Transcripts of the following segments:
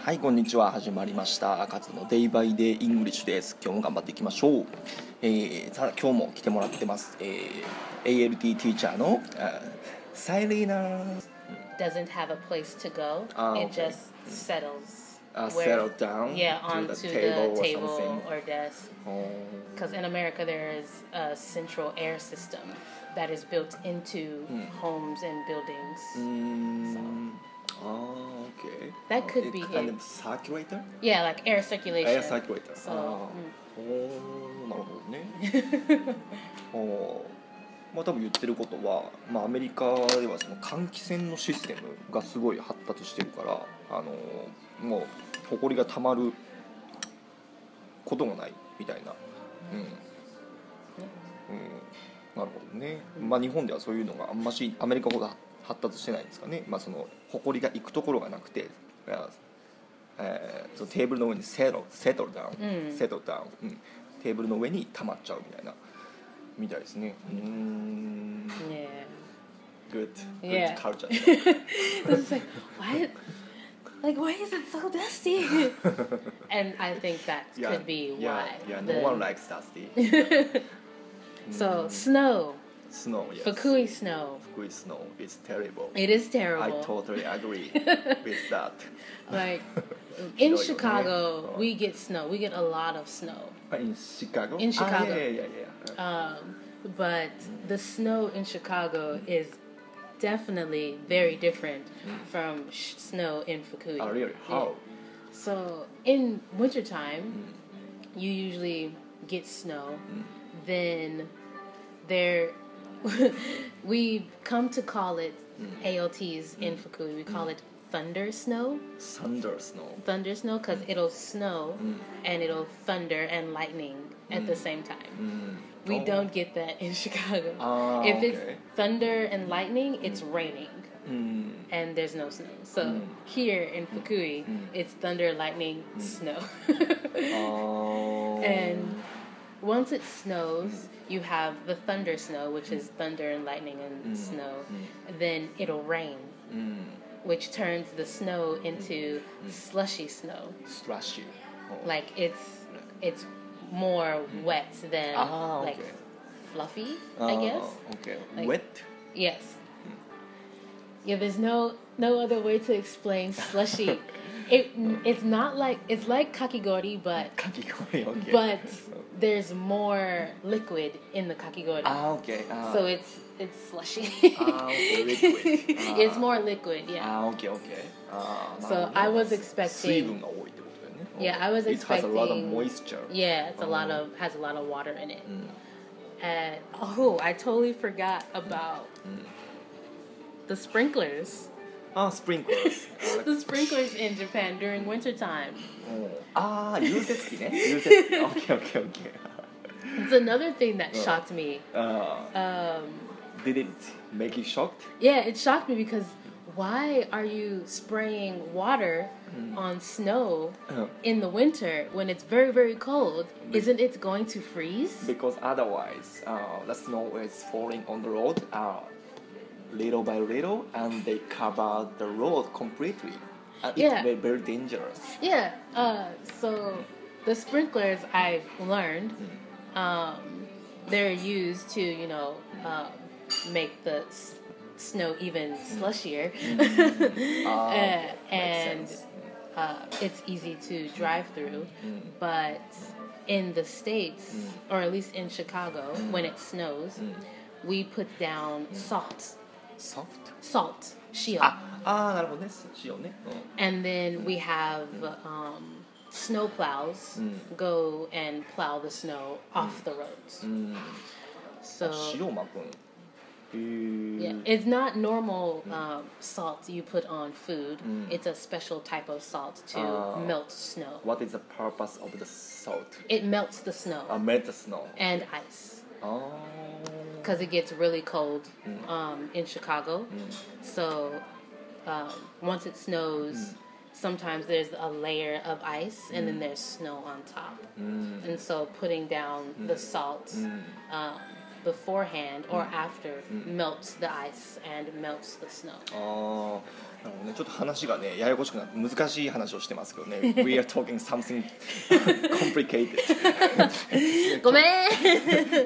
はいこんにちは始まりました「カズのデイバイデイイングリッシュ」です今日も頑張っていきましょう、えー、さあ今日も来てもらってます、えー、ALT ティーチャーのあサイリーナ doesn't have a place to go. Ah, it okay. just settles. Uh, settle down Yeah, to onto the the table table, or or, something. desk. Oh. Because in America, there is a central air system that is built into homes and buildings. Mm. Oh, okay. That could It's be kind him. of circulator? Yeah, like air circulation. Air circulator. So, あーおーなるほどねおーまあ多分言ってることは、まあ、アメリカではその換気扇のシステムがすごい発達してるから、あのーもう埃がたまることがないみたいな、うんうん、なるほどね、まあ、日本ではそういうのがあんましアメリカほど発達してないんですかね、まあ、その埃が行くところがなくて、あえーそのテーブルの上にセロセトルダウン、うんセトルダウン、うん、テーブルの上に溜まっちゃうみたいなみたいですねうーん yeah. good Yeah. good culture I was like, why? Like, why is it so dusty? and I think that yeah could be yeah why. yeah the- no one likes dusty so snow, snow yes Fukui snow. Fukui snow is terrible It is I terrible. totally agree with that Like Chicago, in yeah. Chicago, Oh. we get snow. We get a lot of snow, Ah, in Chicago In Chicago. ah, yeah yeah yeah, yeah. um, but the snow in Chicago is definitely very different from sh- snow in Fukui. Oh, really? How? So in wintertime, Mm. you usually get snow. Then there, we come to call it Mm. ALTs in Fukui. We call it thunder snow. Thunder snow. thunder snow because it'll snow Mm. and it'll thunder and lightning at the same time. We Oh. don't get that in Chicago. Ah, if it's okay. Mm. thunder and lightning, it's raining うん、 and there's no snow. So Mm. here in Fukui, it's thunder, lightning, snow. あー and once it snows, you have the thunder snow, which is thunder and lightning and Mm. snow. Then it'll rain, うん、 which turns the snow into Mm. slushy snow. slushy. あ like it's it's more wet than Ah, like okay. Oh. fluffy i guess Ah, Okay. Like- Wet. yes yeah there's no no other way to explain slushy it it's not like it's like kakigori but かき氷 okay. but there's more liquid in the kakigori あー Ah, okay. あー so it's it's slushy Ah, okay, liquid. Ah. it's more liquid yeah あー Ah, okay okay. Ah, あー So なるほど I was expecting- 水分が多いってことだよね。 Yeah, I was eh? It has a lot of expecting- moisture. Yeah, it's a lot of has a lot of water in it. And oh, I totally forgot about the sprinklers. あー Ah, sprinklers. あー The sprinklers in Japan during wintertime. うんあー融雪器ね。融雪器。okay okay okay. It's another thing that shocked me. あ Um, ー did it make you shocked? yeah, it shocked me because why are you spraying water on snow Uh. in the winter when it's very very cold? Isn't it going to freeze? because otherwise uh, the snow is falling on the road uh, little by little and they cover the road completely and Yeah. it's very, very dangerous Yeah. Uh, so the sprinklers I've learned, um, they're used to you know um make the s- snow even slushier, Ah, okay. Uh, Makes and sense. Mm. uh, it's easy to drive through. But in the states, or at least in Chicago, when Mm. it snows, we put down salt, soft salt shield, ああーなるほどね塩ね、うん and then we have um, snow plows go and plow the snow off the roads. So 塩まくんへー yeah, it's not normal um, salt you put on food. It's a special type of salt to Ah. melt snow. What is the purpose of the salt? It melts the snow Uh, melt the snow. and ice Oh. because it gets really cold Mm. um, in Chicago. So um, once it snows. Mm. Sometimes there's a layer of ice and then there's snow on top. Mm. and so putting down the salt um, beforehand or Mm. after うん melts the ice and melts the snow. あーなるほどね、ちょっと話がねややこしくなって難しい話をしてますけど ね We are talking something complicated ごめん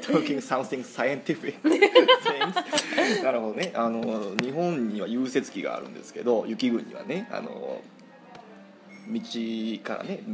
talking something scientific things なるほどねあの日本には融雪期があるんですけど雪国はねあの道からね道